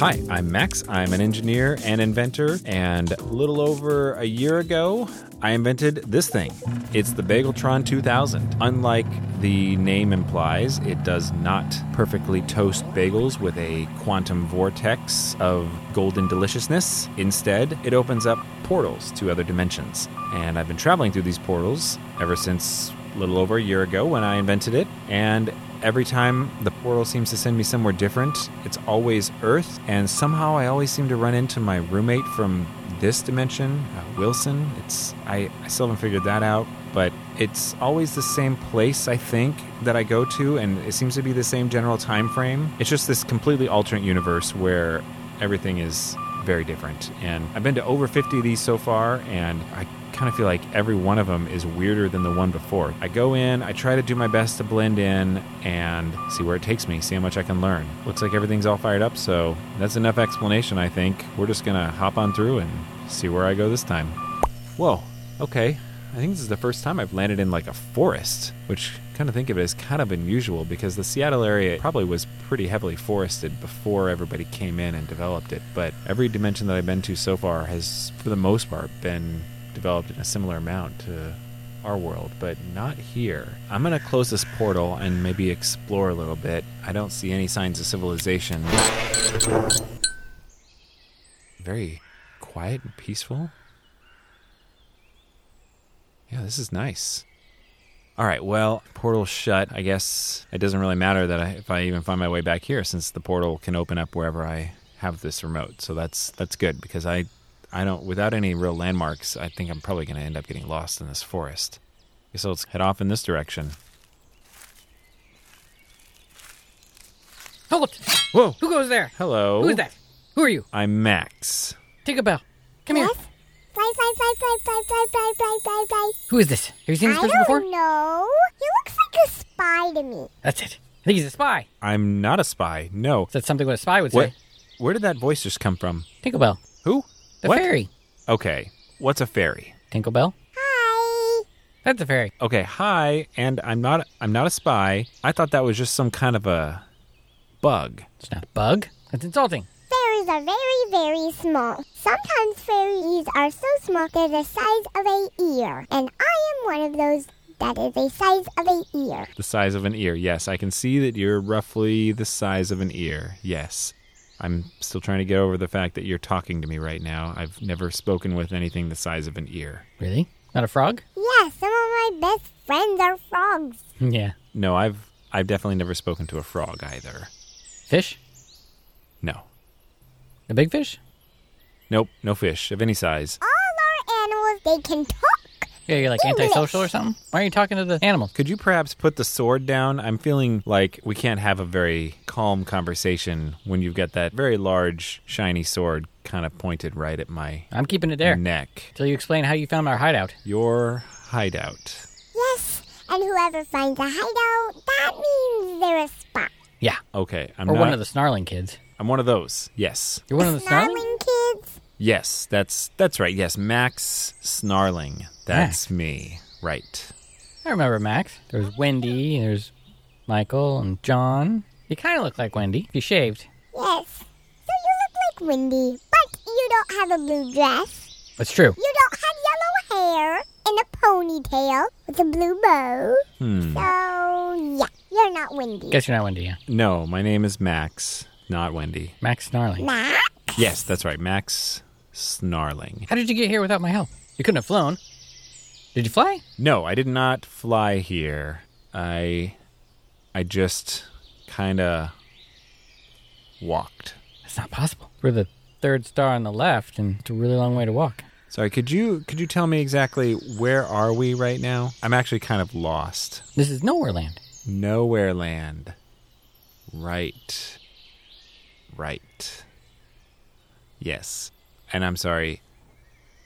Hi, I'm Max. I'm an engineer and inventor, and a little over a year ago, I invented this thing. It's the Bageltron 2000. Unlike the name implies, it does not perfectly toast bagels with a quantum vortex of golden deliciousness. Instead, it opens up portals to other dimensions. And I've been traveling through these portals ever since a little over a year ago when I invented it, and every time the portal seems to send me somewhere different. It's always Earth, and somehow I always seem to run into my roommate from this dimension, uh, Wilson. It's I, I still haven't figured that out, but it's always the same place I think that I go to, and it seems to be the same general time frame. It's just this completely alternate universe where everything is very different. And I've been to over 50 of these so far, and I kind of feel like every one of them is weirder than the one before. I go in, I try to do my best to blend in and see where it takes me, see how much I can learn. Looks like everything's all fired up, so that's enough explanation, I think. We're just gonna hop on through and see where I go this time. Whoa, okay. I think this is the first time I've landed in like a forest, which kind of think of it as kind of unusual because the Seattle area probably was pretty heavily forested before everybody came in and developed it. But every dimension that I've been to so far has, for the most part, been developed in a similar amount to our world, but not here. I'm going to close this portal and maybe explore a little bit. I don't see any signs of civilization. Very quiet and peaceful. Yeah, this is nice. All right, well, portal shut. I guess it doesn't really matter that I, if I even find my way back here, since the portal can open up wherever I have this remote. So that's that's good because I, I don't without any real landmarks. I think I'm probably going to end up getting lost in this forest. So let's head off in this direction. Hold! Whoa! Who goes there? Hello. Who's that? Who are you? I'm Max. Tinkerbell. Come here. Yes? Fly, fly, fly, fly, fly, fly, fly, fly, fly, fly. Who is this? Have you seen this I person don't before? know. He looks like a spy to me. That's it. I think he's a spy. I'm not a spy. No. Is that something what a spy would What? say? Where did that voice just come from? Tinkerbell. Who? The what? fairy. Okay. What's a fairy? Tinkerbell. Hi. That's a fairy. okay hi and i'm not i'm not a spy i thought that was just some kind of a bug It's not a bug. That's insulting. Fairies are very, very small. Sometimes fairies are so small they're the size of an ear. And I am one of those that is the size of an ear. the size of an ear yes i can see that you're roughly the size of an ear yes i'm still trying to get over the fact that you're talking to me right now i've never spoken with anything the size of an ear Really? Not a frog? Yes, some of my best friends are frogs. Mm, yeah. no i've i've definitely never spoken to a frog either Fish? no The big fish? nope no fish of any size All our animals, they can talk. Yeah, you're like antisocial or something? Why are you talking to the animals? could you perhaps put the sword down? I'm feeling like we can't have a very calm conversation when you've got that very large, shiny sword kind of pointed right at my I'm keeping it there. neck. Till you explain how you found our hideout. Your hideout. Yes, and whoever finds a hideout, that means they're a spy. Yeah. Okay, I'm Or not, one of the snarling kids. I'm one of those. Yes, You're one of the snarling? Snarling kids. yes, that's that's right. Yes, Max snarling. That's me. Right. I remember Max. There's Wendy, there's Michael and John. You kind of look like Wendy. If you shaved. Yes. So you look like Wendy, but you don't have a blue dress. That's true. You don't have yellow hair and a ponytail with a blue bow. So yeah, you're not Wendy. Guess you're not Wendy, yeah. No, my name is Max, not Wendy. Max Snarling. Max, Yes, that's right. Max snarling. How did you get here without my help? You couldn't have flown. Did you fly? No, I did not fly here. I I just kind of walked. That's not possible. We're the third star on the left, and it's a really long way to walk. Sorry, could you could you tell me exactly where are we right now? I'm actually kind of lost. This is nowhere land. Nowhere land. Right. Right. Yes. And I'm sorry.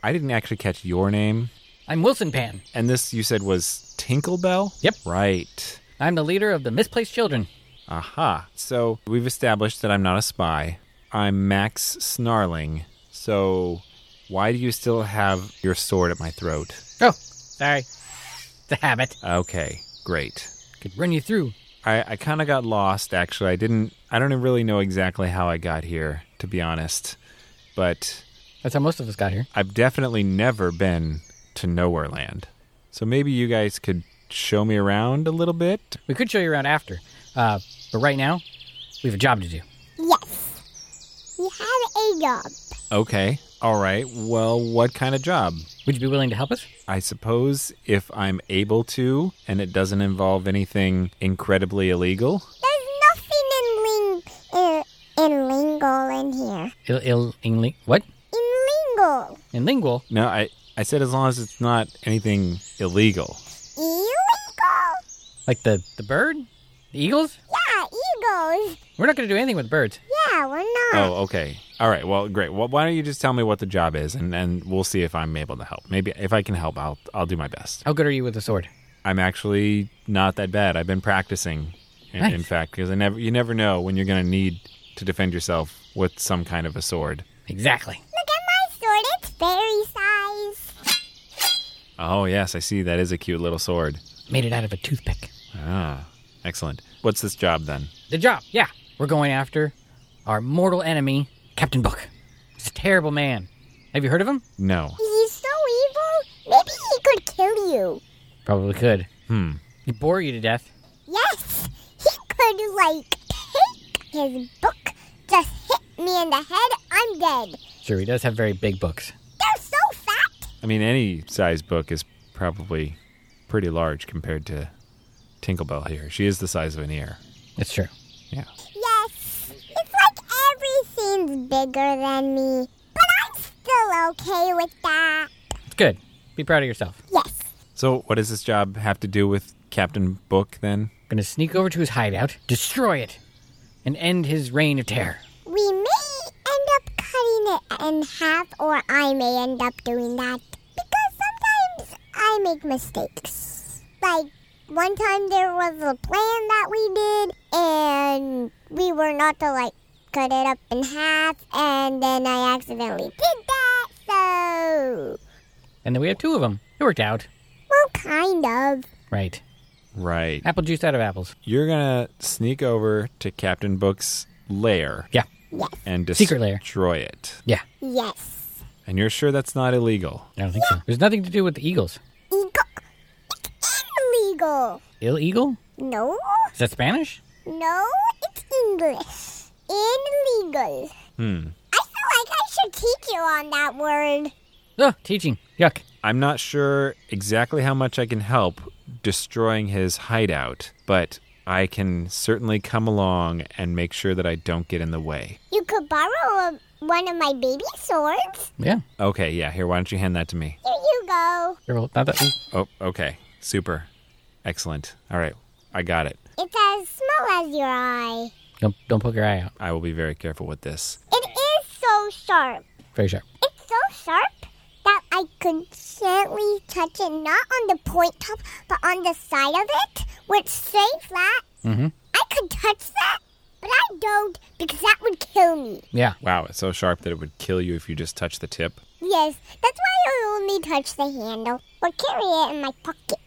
I didn't actually catch your name. I'm Wilson Pan. And this you said was Tinklebell? Yep. Right. I'm the leader of the misplaced children. Aha. So we've established that I'm not a spy. I'm Max Snarling. So why do you still have your sword at my throat? Oh, sorry. It's a habit. Okay, great. Could run you through. I, I kind of got lost, actually. I didn't. I don't really know exactly how I got here, to be honest, but That's how most of us got here. I've definitely never been to Nowhere Land. So maybe you guys could show me around a little bit. We could show you around after, uh, but right now, we have a job to do. Yes. We have a job. Okay. All right. Well, what kind of job? Would you be willing to help us? I suppose if I'm able to and it doesn't involve anything incredibly illegal. There's nothing in ling in, in lingual in here. Il, il, in, ling- what? In lingual. In lingual? No, I, I said as long as it's not anything illegal. Illegal? Like the, the bird? The eagles? Yeah, eagles. We're not going to do anything with birds. Yeah, we're not. Oh, okay. All right. Well, great. Well, why don't you just tell me what the job is and, and we'll see if I'm able to help. Maybe if I can help, I'll, I'll do my best. How good are you with a sword? I'm actually not that bad. I've been practicing, in, in Nice. fact, because I never you never know when you're going to need to defend yourself with some kind of a sword. Exactly. Look at my sword. It's fairy size. Oh yes, I see. That is a cute little sword. Made it out of a toothpick. Ah, excellent. What's this job then? The job, yeah. We're going after our mortal enemy, Captain Book. He's a terrible man. Have you heard of him? No. He's so evil. Maybe he could kill you. Probably could. Hmm. He'd bore you to death. Yes, he could like take his book. Just hit me in the head. I'm dead. Sure, he does have very big books. They're so fat. I mean, any size book is probably pretty large compared to Tinkerbell here. She is the size of an ear. That's true. Yeah. Yes, it's like everything's bigger than me. But I'm still okay with that. It's good. Be proud of yourself. Yes. So, what does this job have to do with Captain Book then? Gonna sneak over to his hideout, destroy it, and end his reign of terror. We may end up cutting it in half, or I may end up doing that. Because sometimes I make mistakes. Like, one time there was a plan that we did, and we were not to, like, cut it up in half, and then I accidentally did that, so. And then we have two of them. It worked out. Well, kind of. Right. Right. Apple juice out of apples. You're going to sneak over to Captain Book's lair Yeah. Yes. and Secret lair. destroy it. Yeah. Yes. And you're sure that's not illegal? I don't think so. There's nothing to do with the eagles. Eagle. It's illegal. Ill eagle? No, Is that Spanish? no, it's English. Illegal. Hmm. I feel like I should teach you on that word. Ugh, teaching. Yuck. I'm not sure exactly how much I can help destroying his hideout, but I can certainly come along and make sure that I don't get in the way. You could borrow a, one of my baby swords. Yeah. Okay, yeah, here, why don't you hand that to me? Here you go. Careful, Not that. ooh. Oh, okay. Super. Excellent. All right, I got it. It's as small as your eye. Don't, don't poke your eye out. I will be very careful with this. It is so sharp. Very sharp. It's so sharp that I could gently touch it, not on the point top, but on the side of it, which straight flat. Mm-hmm. I could touch that, but I don't because that would kill me. Yeah. Wow, it's so sharp that it would kill you if you just touched the tip. Yes, that's why I only touch the handle or carry it in my pocket.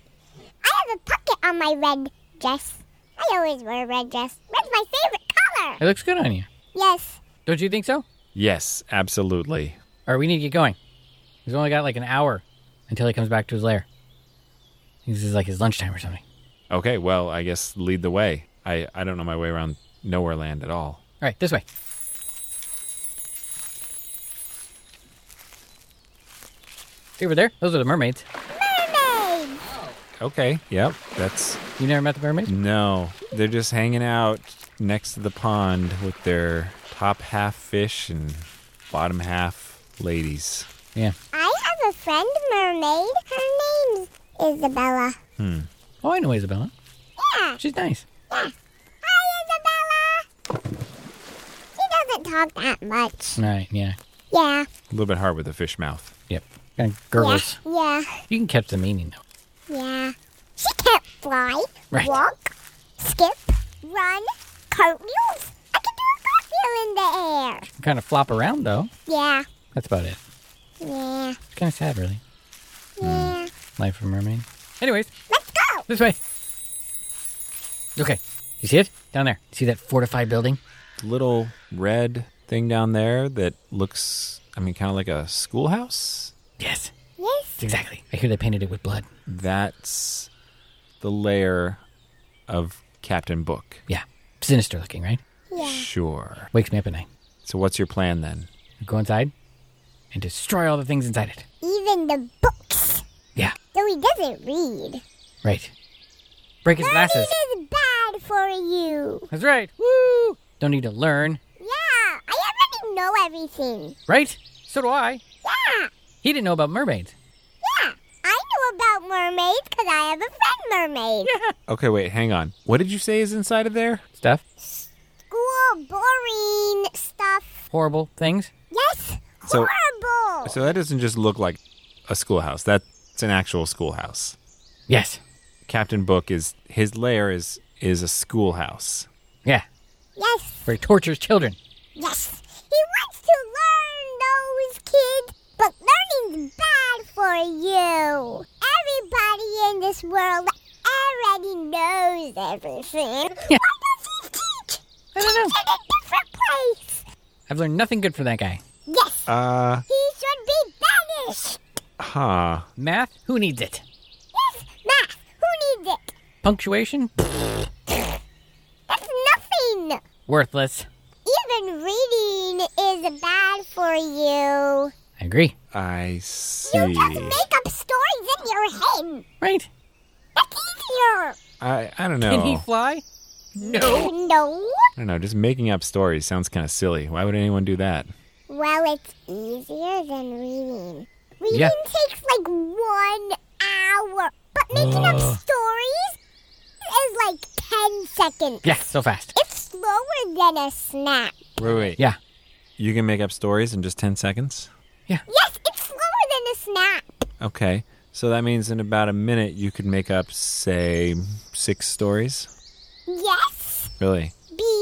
I have a pocket on my red dress. I always wear a red dress. Red's my favorite color. It looks good on you. Yes, Don't you think so? Yes, absolutely. All right, we need to get going. He's only got like an hour until he comes back to his lair. This is like his lunchtime or something. Okay, well, I guess lead the way. I, I don't know my way around Nowhere Land at all. All right, this way. See over there? Those are the mermaids. mermaid. Okay, yep, that's You never met the mermaids? Mm. No, they're just hanging out next to the pond with their top half fish and bottom half ladies. Yeah. I have a friend mermaid. Her name's Isabella. Oh, I know Isabella. Yeah, She's nice. yeah. Hi, Isabella. She doesn't talk that much. All right, yeah. Yeah, A little bit hard with a fish mouth. Yep. Kind of yeah, girls. yeah, You can catch the meaning, though. yeah. She can't fly, Right. walk, skip, run, cartwheels. I can do a cartwheel in the air. Kind of flop around, though. Yeah, That's about it. yeah, It's kind of sad, really. Hmm. yeah. Life of a mermaid. Anyways, Let's go. This way. Okay. You see it? Down there. See that fortified building? little red thing down there that looks, I mean, kind of like a schoolhouse. Yes, Yes. exactly. I hear they painted it with blood. That's the lair of Captain Book. Yeah, sinister looking, right? Yeah. Sure. Wakes me up at night. So, what's your plan then? Go inside and destroy all the things inside it. Even the books. Yeah, Though he doesn't read. right. Break his Learning glasses. is bad for you. That's right. Woo! Don't need to learn, Yeah. I already know everything. right? So do I. Yeah. He didn't know about mermaids. Yeah. I know about mermaids because I have a friend mermaid. Okay, wait, hang on. What did you say is inside of there? Stuff. School boring stuff. Horrible things. Yes. So- horrible. So, that doesn't just look like a schoolhouse, that's an actual schoolhouse. Yes. Captain Book is, his lair is, is a schoolhouse. Yeah. yes. Where he tortures children. Yes, he wants to learn those kids, but learning's bad for you. Everybody in this world already knows everything. Yeah. Why does he teach? I don't know. Teach in a different place. I've learned nothing good from that guy. Yes, Uh, he should be banished. huh. Math? Who needs it? Yes, math. Who needs it? Punctuation? That's nothing. Worthless. Even reading is bad for you. I agree. I You see. just make up stories in your head. Right. That's easier. I, I don't Can he know. fly? No. No. I don't know. Just making up stories sounds kind of silly. Why would anyone do that? Well, it's easier than reading. Reading Yeah. takes like one hour, but making up stories is like 10 seconds. Yeah, so fast. It's slower than a snap. Wait, wait. Yeah. You can make up stories in just 10 seconds? Yes, it's slower than a snap. Okay. So that means in about a minute you could make up, say, six stories? Yes, Really?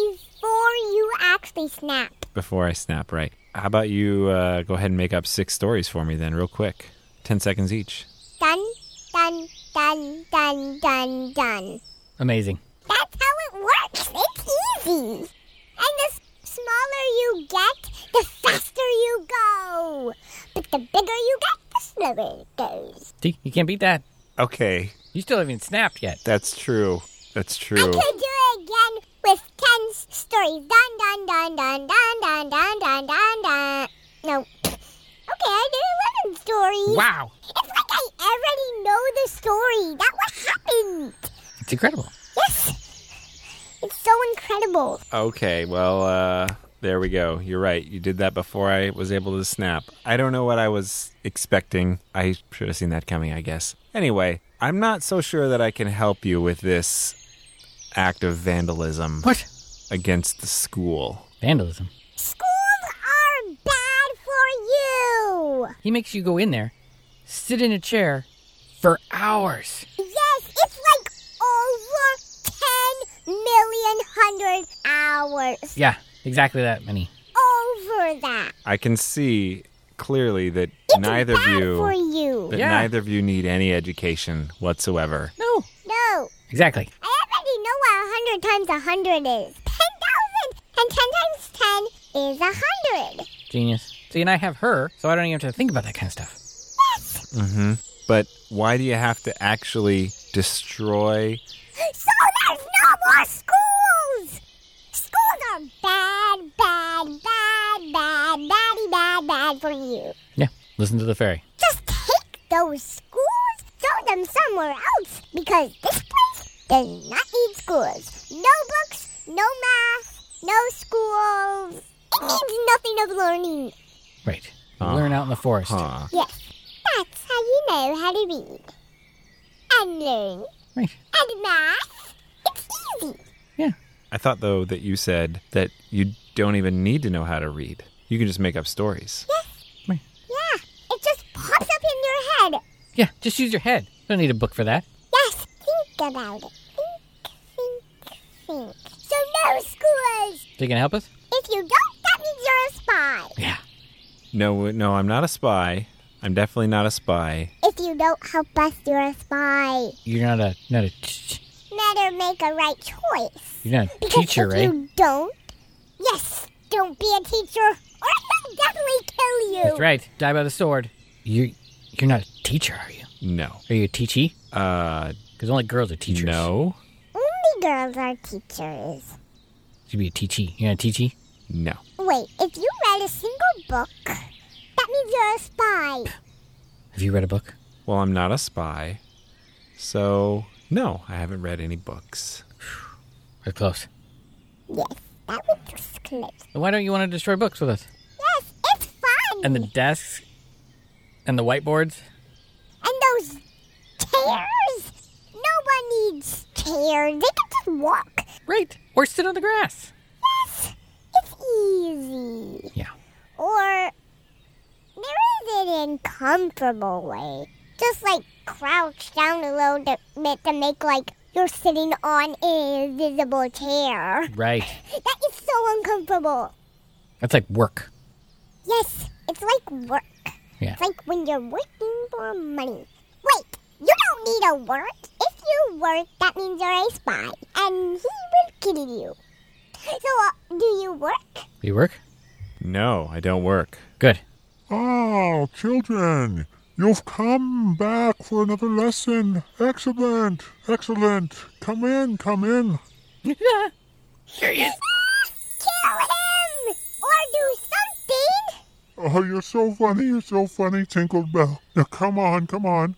before you actually snap. Before I snap, right? How about you uh, go ahead and make up six stories for me then, real quick? 10 seconds each. Dun, dun, dun, dun, dun, dun. Amazing. That's how it works. It's easy. And the s- smaller you get, the faster you go. But the bigger you get, the slower it goes. See, you can't beat that. Okay. You still haven't even snapped yet. That's true. That's I true. could do it again with 10 s- stories. Dun, dun, dun, dun, dun, dun, dun, dun, dun, dun. No. Okay, I did 11 stories. Wow. It's like I already know the story. That what happened. It's incredible. Yes. It's so incredible. Okay, well, uh, there we go. You're right. You did that before I was able to snap. I don't know what I was expecting. I should have seen that coming, I guess. Anyway, I'm not so sure that I can help you with this act of vandalism What? against the school. Vandalism. Schools are bad for you. He makes you go in there, sit in a chair for hours. Yes, it's like over 10 million hundred hours. Yeah, exactly that many. Over that. I can see clearly that It's neither of bad for you you. that Yeah. neither of you need any education whatsoever. No. No, Exactly. I already know what 100 times a 100 is. 10,000 and 10 times 10 is a 100. Genius. See, and I have her, so I don't even have to think about that kind of stuff. But why do you have to actually destroy So there's no more schools. Schools are bad, bad, bad, bad, baddy, bad, bad for you. Yeah. Listen to the fairy. Just take those schools, throw them somewhere else, because this place does not need schools. No books, no math, no schools. It needs nothing of learning. Right. You Learn out in the forest. huh? Yes, that's how you know how to read and learn Right. and math. It's easy. Yeah. I thought though that you said that you don't even need to know how to read. You can just make up stories. Right. Yeah, it just pops up in your head. Yeah. Just use your head. Don't need a book for that. Yes, think about it. Think, think, think. So no schools. So you gonna help us? If you don't, that means you're a spy. Yeah. No, no, I'm not a spy. I'm definitely not a spy. If you don't help us, you're a spy. You're not a not a Better make a right choice. you're not a Because teacher, eh? if right? you don't, Yes, don't be a teacher, or he'll definitely kill you. That's right. Die by the sword. You, you're not a teacher, are you? No. Are you a teachee? Uh, Because only girls are teachers. no. Only girls are teachers. You'd be a teachee. You're not a teachee? No. Wait, if you read a single book, that means you're a spy. Have you read a book? Well, I'm not a spy. So, no, I haven't read any books. We're close. Yes, that was close. Then Why don't you want to destroy books with us? Yes, it's fun. And the desks? And the whiteboards? And those chairs? No one needs chairs. They can just walk. Right. Or sit on the grass. Yes, it's easy. Yeah. Or there is an uncomfortable way. Just like crouch down a little to make, to make like you're sitting on an invisible chair. Right. That is so uncomfortable. That's like work. Yes, it's like work. Yeah. It's like when you're working for money. Wait, you don't need a work. If you work, that means you're a spy, and he will kill you. So, uh, do you work? You work? No, I don't work. Good. Ah, children, you've come back for another lesson. Excellent, excellent. Come in, come in. Kill him! Or do something! Oh, you're so funny, you're so funny, Tinkled Bell. Now come on, come on.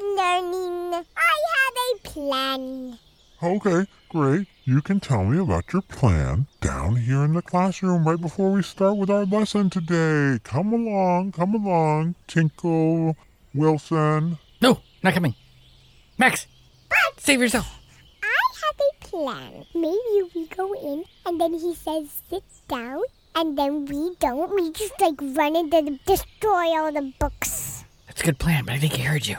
I'm not learning. I have a plan. Okay, great. You can tell me about your plan down here in the classroom right before we start with our lesson today. Come along, come along, Tinkle Wilson. No, not coming. Max, But save yourself. I have a plan. Maybe we go in and then he says sit down and then we don't. We just like run into the destroy all the books. That's a good plan, but I think he heard you.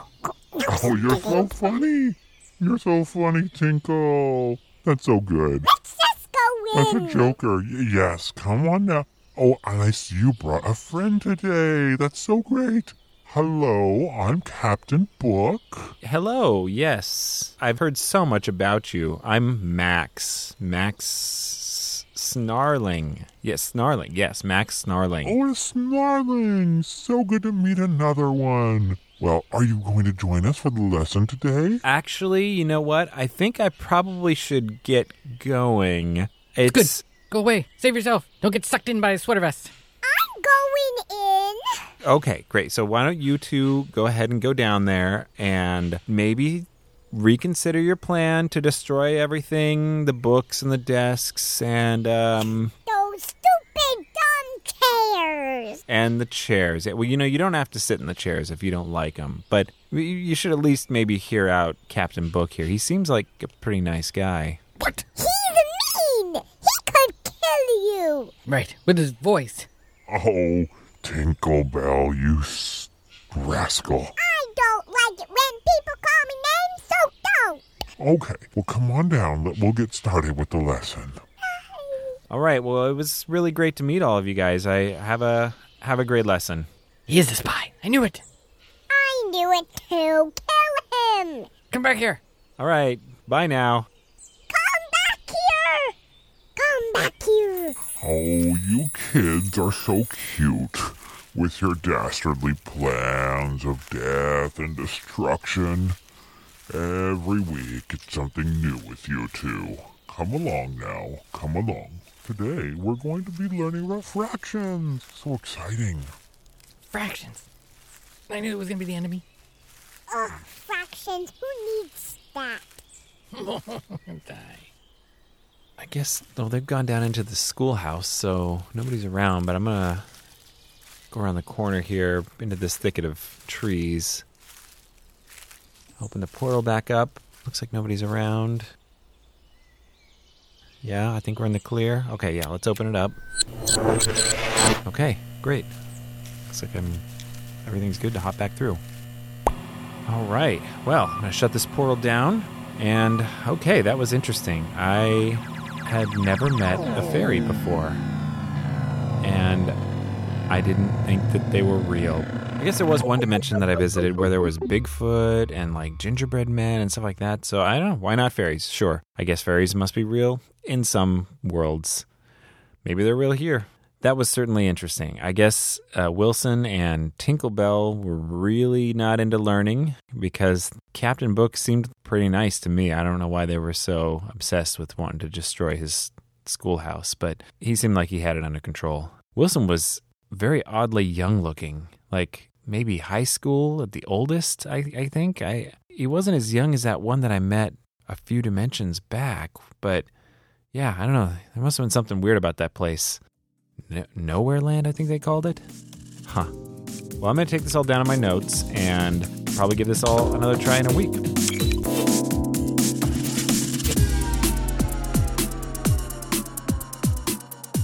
Oh, you're so funny. You're so funny, Tinkle. That's so good. Let's just go That's a in. joker. Y- yes, come on now. Oh, and I see you brought a friend today. That's so great. Hello, I'm Captain Book. Hello, yes. I've heard so much about you. I'm Max. Max Snarling. Yes, Snarling. Yes, Max Snarling. Oh, Snarling. So good to meet another one. Well, are you going to join us for the lesson today? Actually, you know what? I think I probably should get going. Good. It's Go away. Save yourself. Don't get sucked in by a sweater vest. I'm going in. okay, great. So why don't you two go ahead and go down there and maybe reconsider your plan to destroy everything, the books and the desks and um Those stupid dumb chairs. and the chairs. Yeah, Well, you know, you don't have to sit in the chairs if you don't like them, but you- you should at least maybe hear out Captain Book here. He seems like a pretty nice guy. What? He's mean. He could kill you. Right. With his voice. Oh, Tinkle Bell, you s- rascal. I don't like it when people call me names, so don't. Okay, well, come on down. Let- We'll get started with the lesson. All right. Well, it was really great to meet all of you guys. I have a have a great lesson. He is a spy. I knew it. I knew it too. Kill him. Come back here. All right. Bye now. Come back here. Come back here. Oh, you kids are so cute with your dastardly plans of death and destruction. Every week it's something new with you two. Come along now, come along. Today we're going to be learning about fractions. So exciting. Fractions. I knew it was going to be the enemy. Ugh, fractions. Who needs that? Die. I guess well, they've gone down into the schoolhouse, so nobody's around. But I'm gonna go around the corner here into this thicket of trees. Open the portal back up. Looks like nobody's around. Yeah, I think we're in the clear. Okay, yeah, let's open it up. Okay, great. Looks like I'm everything's good to hop back through. All right. Well, I'm going to shut this portal down. And okay, that was interesting. I had never met a fairy before. And I didn't think that they were real. I guess there was one dimension that I visited where there was Bigfoot and like gingerbread men and stuff like that. So I don't know. Why not fairies? Sure. I guess fairies must be real in some worlds. Maybe they're real here. That was certainly interesting. I guess uh, Wilson and Tinklebell were really not into learning because Captain Book seemed pretty nice to me. I don't know why they were so obsessed with wanting to destroy his schoolhouse, but he seemed like he had it under control. Wilson was very oddly young looking, like maybe high school at the oldest, I, I think. I he wasn't as young as that one that I met a few dimensions back, but yeah, I don't know. There must have been something weird about that place. N- Nowhere Land, I think they called it. Huh. Well, I'm going to take this all down in my notes and probably give this all another try in a week.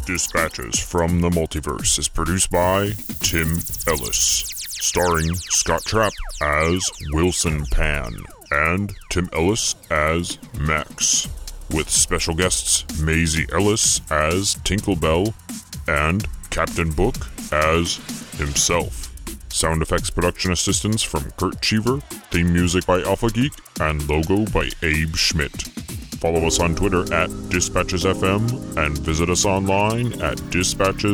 Dispatches from the Multiverse is produced by Tim Ellis, starring Scott Trapp as Wilson Pan and Tim Ellis as Max, with special guests Maisie Ellis as Tinklebell and Captain Book as himself. Sound effects production assistance from Kurt Cheever, theme music by Alpha Geek, and logo by Abe Schmidt. Follow us on Twitter at DispatchesFM and visit us online at dispatches.fm.